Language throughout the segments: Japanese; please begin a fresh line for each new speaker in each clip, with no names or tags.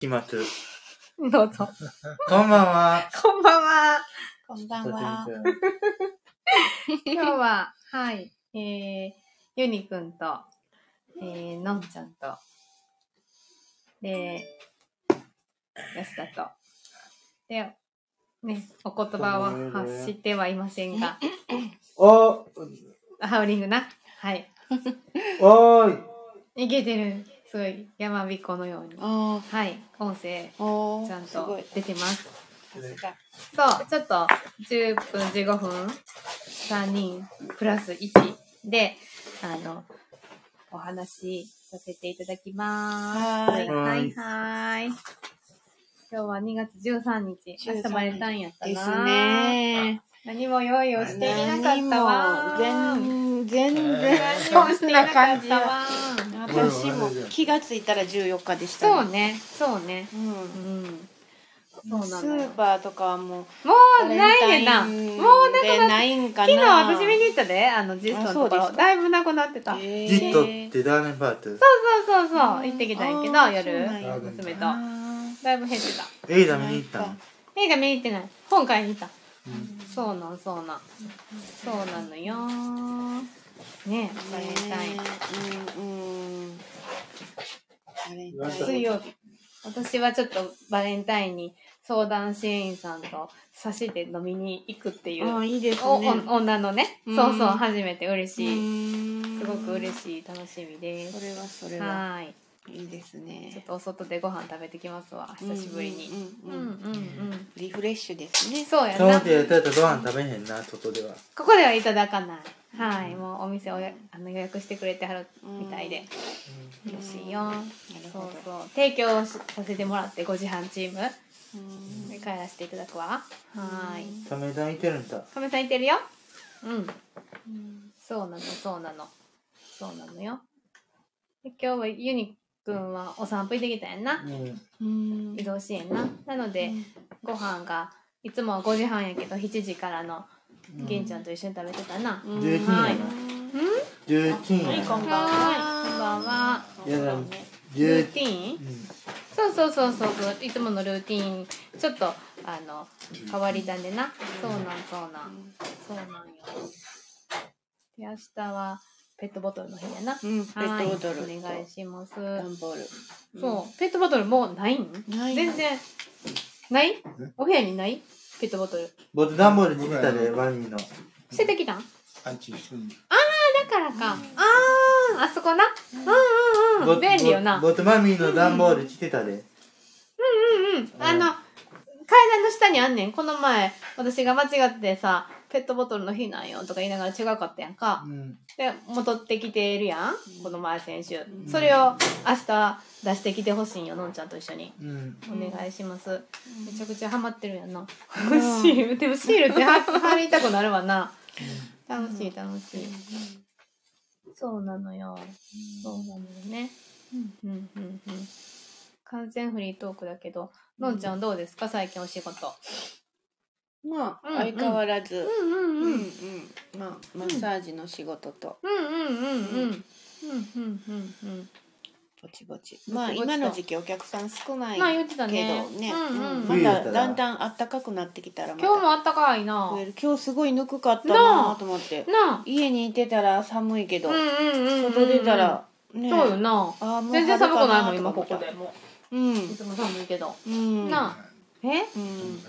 きます。
どうぞ。
こんばんは。
こんばんは。
こんばん
とち
は。
みくん
今日 は、はい、えー、ゆにくんと、えー、のんちゃんと、で、安田と、で、ね、お言葉を発してはいません が、
お、
ハウリングな。はい。
おーい。
いけてる。すごい、山彦のように。
あ
はい、音声、
あ、おー
ちゃん
すご
と
い。
出てます。
さすが
そう、ちょっと10分、15分、3人、プラス1で、あの、お話しさせていただきます。
はーい
はい、はい、はい。今日は2月13日、明日バレたんやったな。
です。ね。
何も用意をしていなかったわ。
何も全全然。
何もしていなかったわ。
私も気がついたら14日でした、
そうね、そうね。
う。うん。
うん。そうな
ス
のよ
ーパーとかはもう、
もうないねんな。もうなくなっ
でないんかな。
昨日私見に行ったで、あの、ジストのとこ
あそう
ろ。
ですか
だいぶなくなってた。そう
えー
ジットってダーメンパート。
そうそう、
うん
行ってきたんやけど、
あーそうなん
や
夜、娘と。
あ
だいぶ減ってた。
映画見に行ったの。
映画見に行ってない。本買いに行った。
うん
そうなん、そうなん。そうなのよー。ねえ、
ー
バレンタイン。
うんうん。バレンタイン
水曜日。私はちょっとバレンタインに相談支援員さんと差しで飲みに行くっていう、
あーいいですね。
おお女のね、
うん
そうそう、初めて嬉しい。す
す
ごく嬉
し
しい、楽しみで
い。そ
す。
れはそれは
はーい。
いいです
ちょっ
ね。
とお外でご飯食べてきますわ、久しぶりに。
う
うんんうん
ううん
ん
うん
うん。
リフレッシュですね。
そうや
そう思
な
っ。てやったらご飯食べへんな、外では。
ここではいただかない。はい、もうお店をやあの予約してくれてはるみたいで、嬉しいよ。
なる
そ
ほ
う
ど。
そう。提供しさせてもらって、5時半チーム、
うん
帰らせていただくわ。はーい。
ためだいてるんだ。
亀さんいてるようん。
うん
そうなの、そうなの。そうなのよ。で今日はユニくんはお散歩行ってきたやんな
う。ん。
うん
移動支援な。なので、ご飯がいつもは5時半やけど7時からのげんちゃんと一緒に食べてたな。
うん
11
やな
はい
うん、
ルーティン
はい
や
こん
な。
ば
は
んは。
ーいこんば
やだ
んは
そうね
ル
ル
ー
ーテ
ティン
ィン。
そうそうそうそうそういつものルーティンちょっとあの変わり種でなそうなんそうなんそうなんよで明日はペットボトルの日やな
うん、ペットボトル。
はいお願いします
段ボール。
そうペットボトルもうないん
うん。ない
全。然ないお部屋にないペットボトル
僕、ダンボール作ったで、ワニの。
捨ててきたんだ
アンチすん
からかあーあそこなうんうんう
ぼ
ん便利よな
ぼ僕、マミーのダンボール着てたで。
うんうん、あの、階段の下にあんねん。この前、私が間違ってさ、ペットボトルの日なんよとか言いながら違うかったやんか
う。ん。
で、戻ってきてるやん。この前先週。
ん
それを明日出してきてほしいんよ、のんちゃんと一緒に。
うん。
お
ん
願いします。めちゃくちゃハマってるやんな。
ん
シール、でもシールっては貼りたくなるわな。楽しい楽しい。そうなのよ。そうなのよね。うんうんうんうん。完全フリートークだけど、のんちゃんどうですか最近お仕事。
まあ、
うん
相変わらず。
うんう
うんん
うん。う
う
ん
ん。まあ、マッサージの仕事と。
うんうんうん。う
うん
んうんうんうん。
ぼちぼち。
ち
まあ、
ぼちと
今の時期お客さん少ない。
まあ言ってたね
けどね。
うんうん
うん
冬やっ
ま
た
た
ら
だんだん暖かくなってきたらまた
今日もあったかいな
増。える。今日すごいぬくかった
なあ
なと思って。
なあ。
家にいてたら寒いけど、
うんうんうんうん。
外出た。らね。
そうよな。
あーもう
全然寒くないもん
春か
今
と
こ
思った
こで。も
うん
う。いつも寒いけど。
うん。
なあ。え？
うん。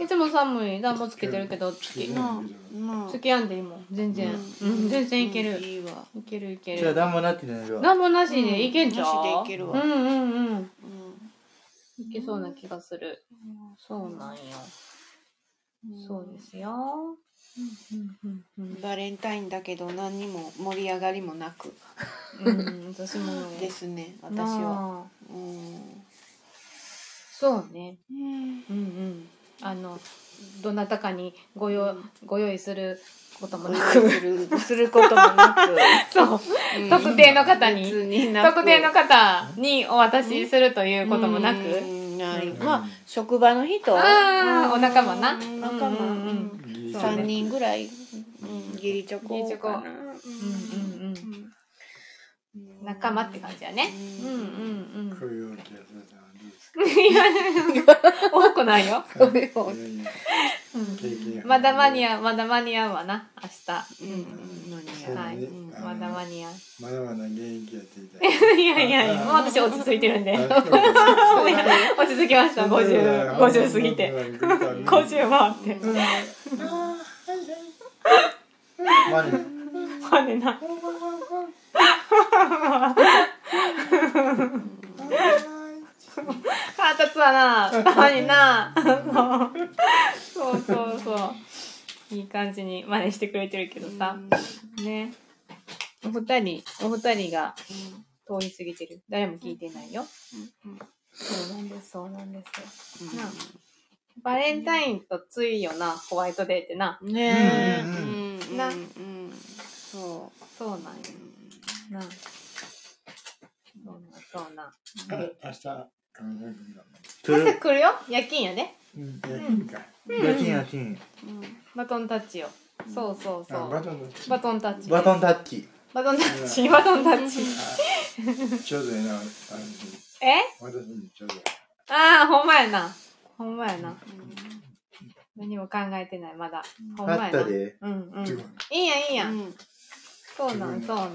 いつも寒い暖房つけてるけど
つけ
月
てる
なあ。なあ
付き合んでいいもん全然、うん全然いける、
うんいいわ。
いけるいけ
じゃあ、
る
ダンボールなってなるわ。
何もなしでいけんじゃん、
うんなしでいけるわ
うんうんうん
うん
いけそうな気がする、そうなんよ、そうですよ、うんうん
バレンタインだけど何にも盛り上がりもなく
うんうん、私も
ですね私
な
は。
あ
うん
そうね
うん
うんうんあのどなたかにご用、ご用意することもな
す
く
る することもなく
そう
う ん
特定の方に
別になく
特定の方にお渡しするということもなく、
うんない
うん
まあ職場の人
あー
うん
お仲間な
うん仲間
うんうんうん
いいじゃん
3人ぐらいうん義理チョコ
義理チョコ
かな
うんうん
うん
仲間って感じやね。
う
うんんうんうん。
こういうお客さんです
いや、 多くないよ。
これを
うん
経験
まだ間に合う、まだ間に合うわな、明
うんうん間に合う
はい
うん
日。まだ間に合う。
まだまだ現役やっていた
いやいやいや、もう私落ち着いてるんで。
あそうか
落ち着きました、50、50過ぎて。50回って。
うん
マリ
まあねな。腹立つわな、たまにな。そうそうそうそう。いい感じに真似してくれてるけどさ。ね。お二人、お二人が通り過ぎてる。誰も聞いてないよ。そうなんです、そうなんです。バレンタインとついよな、ホワイトデーってな。
うんねえ
う
うん
な
うんそ
そうなんよ
う
な。そうなん、そうなん。
明日韓国だ
トゥ
朝
ル
来るよ夜勤やね。
うん夜勤か
夜勤夜勤
うん
バトンタッチよ。そうそうそ
あバ
う。
トンの
バトンタッチ。
バトンタッチ
バトンタッチ、バトンタッチ。
ちょうどいいな私
え
私にちょうどいい
ああ、ほんまやな。ほんまやな。何も考えてない、まだ。ほんま
あ
や
っ
な。
た
うん
で
うん。
すごい
いいやん、いいや。
うんん
そうなん、そうなん。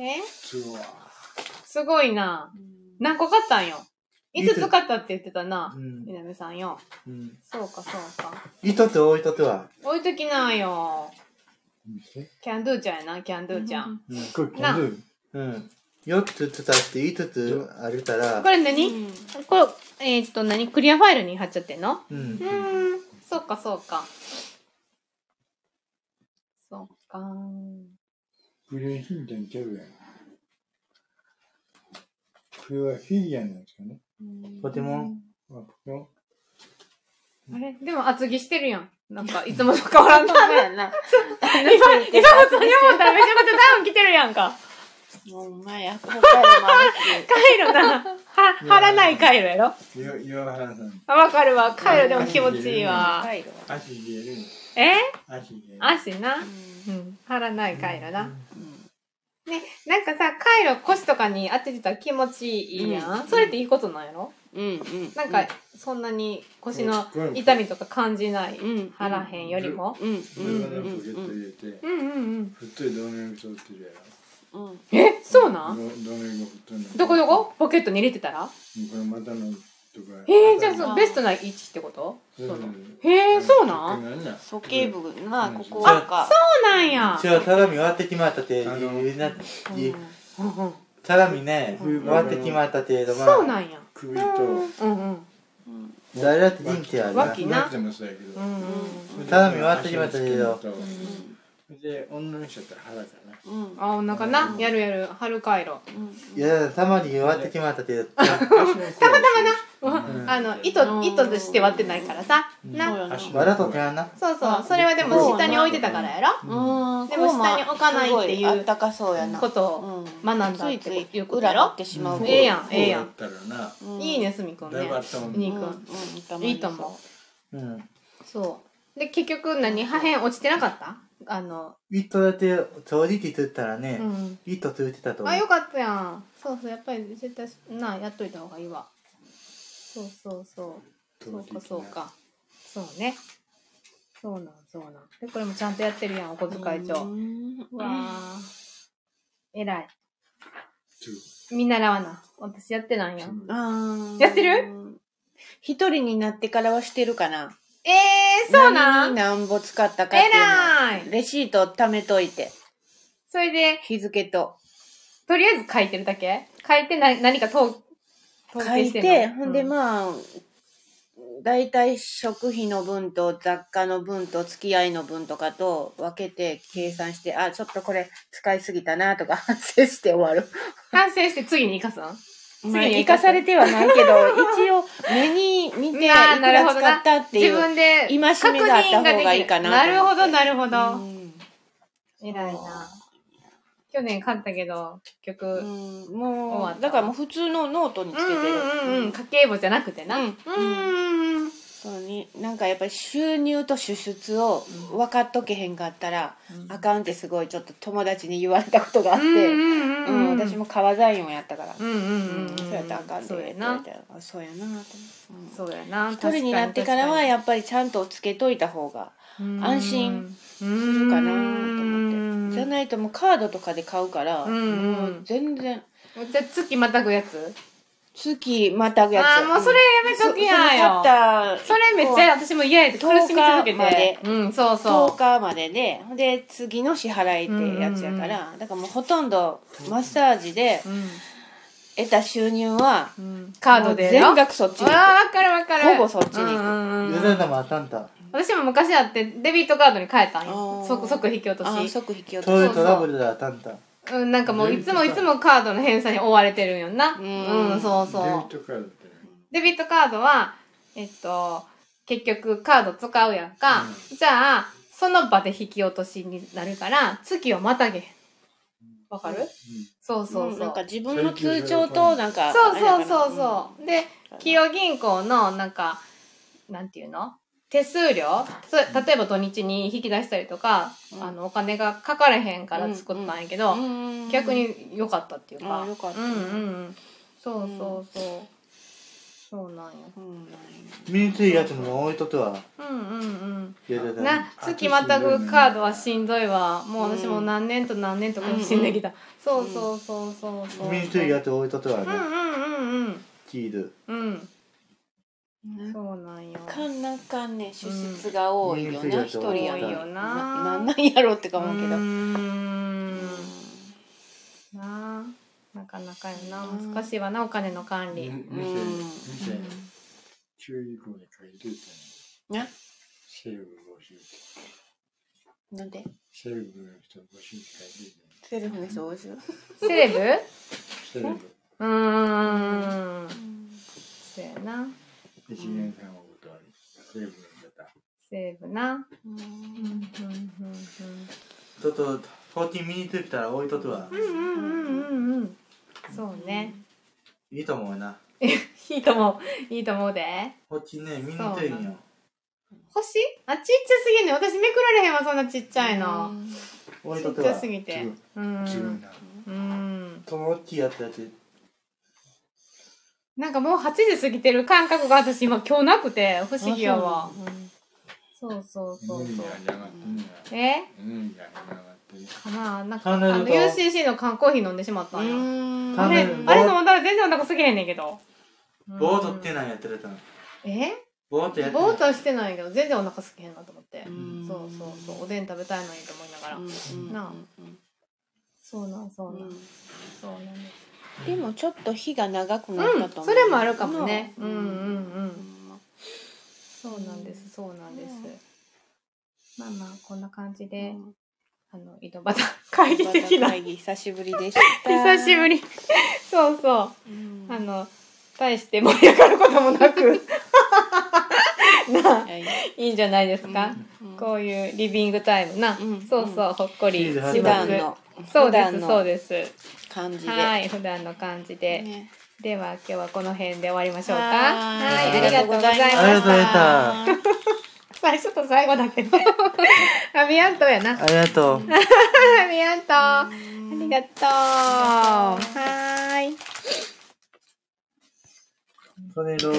え
すごい
すごいな。何個買ったんよ。5つ買ったって言ってたな
う。ん
南さんよ。
うん
そうか、そうか。
一つ置いとくわ
置いときなよ。
うん
キャンドゥちゃんやな、キャンドゥちゃん。
これ
な
うん四つつたって五つあるから
これ
う
何
ん
これ、えーっと、何クリアファイルに貼っちゃってんの
うん
うーん、そうか、そうか。そうか。
これはヒーちゃんちゃうやんこれはフィギュアなんですかね
ポケモン
あポケモン
あれでも厚着してるやん。なんか、いつもと変わらんな。
ダメやな。
今、今普通に思ったらめちゃくちゃダウン着てるやんか。
もう前憧れもあるし。
カイロな。は、貼らないカイロやろ
岩岩原さん
あわかるわ。カイロでも気持ちいいわ。
高いわ
足冷える
え
足冷える
足な。うん。貼らないカイロな。ね、なんかさ、カイロ腰とかに当ててたら気持ちいいやん。
うん
それっていいことなんやろ
うんうん。
なんか、そんなに腰の
うん
痛みとか感じない。
うん
貼らへんよりも。
うんうん
自分のポケット入れて
うんうんうん。
太い動脈通ってるや
うんうん。
え、そうな
ろ
ん
ど動脈太いの
どこどこポケットに入れてたら
これ股のとこ
えー、じゃあそう
あー
ベストな位置ってこと
そうそう
へえ、そうなん
なんなん
鼠径部な、
うん
ここはか。
そうなんや。
違う鏡割ってきまったて
あの
いいな
うん
いい
うんうん
鏡ね
うん
割ってきまった程度ま
そうなんや。
首と
うんうん。
うん
誰だって人気あるな
脇な
ってもそうやけど
うんうん。
頼み終わってきましたけど
足の付け根とで女の人やったら腹かな
うんうん
あ、お腹な。やるやる。春回路。
いやたまに割ってきまった程度
たま
う
た
ん あの、糸、糸として割ってないからさ。な。
まだとけやんな
そうそう。それはでも下に置いてたからやろ
うん。
でも下に置かないっていう
すごあったかそうやな。
ことを
うん
学んだっ
ついつ
てい
いう
ことやろ
裏ってしまう。
ええやんええやん
ったらな
うん
いい。ね、すみくん
だい
ね
ぶあ。ったもん
いい
ね
ね
うん。
いいと思
うん
う。そう。で、結局何破片落ちてなかったあの、
糸だって調理器つったら
う
ね
ん。
糸ついてたと思
あよ
う
かったやんそうそうやっぱり絶対なやっといた方がいいわそうそうそうそうかそうかそうねそうなんそうなんでこれもちゃんとやってるやんお小遣い帳
うん
うわあ偉い
そう
見習わな私やってないやん
あー
やってる
一人になってからはしてるかな。
えー、そうな
何に
ん
何ぼ使ったかっていう
偉
の。
い
レシート貯めといて。
それで
日付と。
とりあえず書いてるだけ書いてな何か統統
書
計
い
してて
ほんで
あ
まあ、大体食費の分と雑貨の分と付き合いの分とかと分けて計算して、あ、ちょっとこれ使いすぎたなとか反省して終わ る。
反省して次に生かすん次
まあ、
に
生
生か
か
す
されてはないけど、一応目に見ていく
まあなる
ら
ほど
使
な
ったってい
自
う。
分で
戒めがあった方がいいかな
確認ができるなるほど、なるほど。
うん
偉いな。去年買ったけど、結
う
局。
ん、
終わ
も
った
う、だからもう普通のノートにつ
う
け
ん
てる。
うんうん、家計簿じゃなくてな。
うん
うん。
そそうになんかやっぱり収入と支出を分かっとけへんかったら、あかんってすごいちょっと友達に言われたことがあって、
うん
うん私も革財音やったから、
うんうんうん、
そうやったらあかんで
そうやな
って言われたらあそうやなと思ってうん
そうやな
一人になってからは
確
やっぱりちゃんとつけといた方が
かに
安心
す
するかなと思ってじゃないともうカードとかで買うから、
うんうん
もう全然
じゃあ月またぐやつ
月またぐやつ
あーもうそれやめときやよ
よ
それめっちゃ私も嫌やで苦しみ続け
10日ま
て
で
うんそう
10
そ
日まででほんで次の支払いってやつやから、だからもうほとんどマッサージで
う、うん
得た収入は
うん、カードで
全
あ
額そっち
あ
に
ーわかるわかる
ほぼそっちに行く
うんうん
ゆ
う
で
ん、
玉あったんた
私も昔あってデビットカードに変えたん
あ
よ
ー
即即引き落と
あー
し
即引き落
そう
と
い
し
うトラブルであったんた
うん、なんかもういつも
デ
い
ビット
つ
カード
もカードの返済に追われてるんよなう、
うんん
そう
デビッ
そう
トカードってね
デビットカードはえっと結局カード使うやんか、じゃあその場で引き落としになるから月をまたげへんわかる、そうそう
う
そ
ん
う
なんか自分の通帳となんか
そう
あ
そう
れだから
そうそう。で、企業銀行の、なんか、なんていうの手数料それ例えば土日に引き出したりとか、
うん
あの、お金がかからへんから作ったんやけど、
うんうん
逆に良かったっていうか。
あー良かった
う
ね
んうんうん。そうそうそう。そうなんよ。
うん
身についやつも置いとくわ
うんうんうん。
ゆで玉
な月またぐカードはしんどいわもう私もう何年と何年とか死んできた、そうそうそうそうそう
身についやつ置いとくわ
うんう
ね
んうん
キール
うんうん
な
そうなんよ
かなかね出出が多いよ
うん
な一、
多
人や
多いよな
とななんなんやろうってか思うけど、
ー
うん
んなあなかなかよな
うん
難しいわなお金の管
み
理
店
うん
店中以降に借りるって
な
セルブ募集
なんで
セルブの人募集借りるね
セルフの人多いですよ
セレブ
セルブ
うーんそうやな
一年間お断りセルブの方
セレブな
う
うんんうん
ちょっとこっち身についたら置いとくわ
うんうんうんうんうんうんそうね
いいと思うない
いと思ういいと思うで
こっちね身についんよ
星あちっちゃすぎんね私めくられへんわそんなちっちゃいの
置い
ち
と
っ
く
ちゃ
わ
すぎてうん
自分な
うん
その大きいやつやつ
なんかもう8時過ぎてる感覚が私今今日なくて不思議やわ
あそううん
そうそうそう
耳
そ
が
う
上がってんねや
え
耳が上がってる
かななんか
考
あ
えると
の UCC の缶コーヒー飲んでしまったんよ
うん
あ
考
れ
え
あ
る
れ
と
飲んだら全然お腹すぎへんねんけど
ボートって
な
なんやってるたの
え
ボートやって
ボートはしてないけど全然お腹すぎへんなと思って
うん
そうそうそうおでん食べたいのにと思いながら
うん
なあ
うん
そうなんそうなん
うん
そうなんで
でもちょっと日が長くなった
すう
と
ん
思う、
それもあるかもねうんうんう
うんん
そうなんですそうなんですまあまあこんな感じであの井戸端会議的な
会議久しぶりでした
久しぶりそうそう
うん
あの大して盛り上がることもなくなあ
はい
いいんじゃないですか、
うん
こういうリビングタイムな、
うん
そうそうほっこり
いい
し
です
ま
ね
す
普段の
そう
普
で
段
す
の
そうです
感じで
はい普段の感じで、
ね
では今日はこの辺で終わりましょうかは
はいい
ありがとうございま
ありがとうござい
し
ました
最初と最後だけど アミアントやな
ありがとう
アミアントありがとうはーい
それどう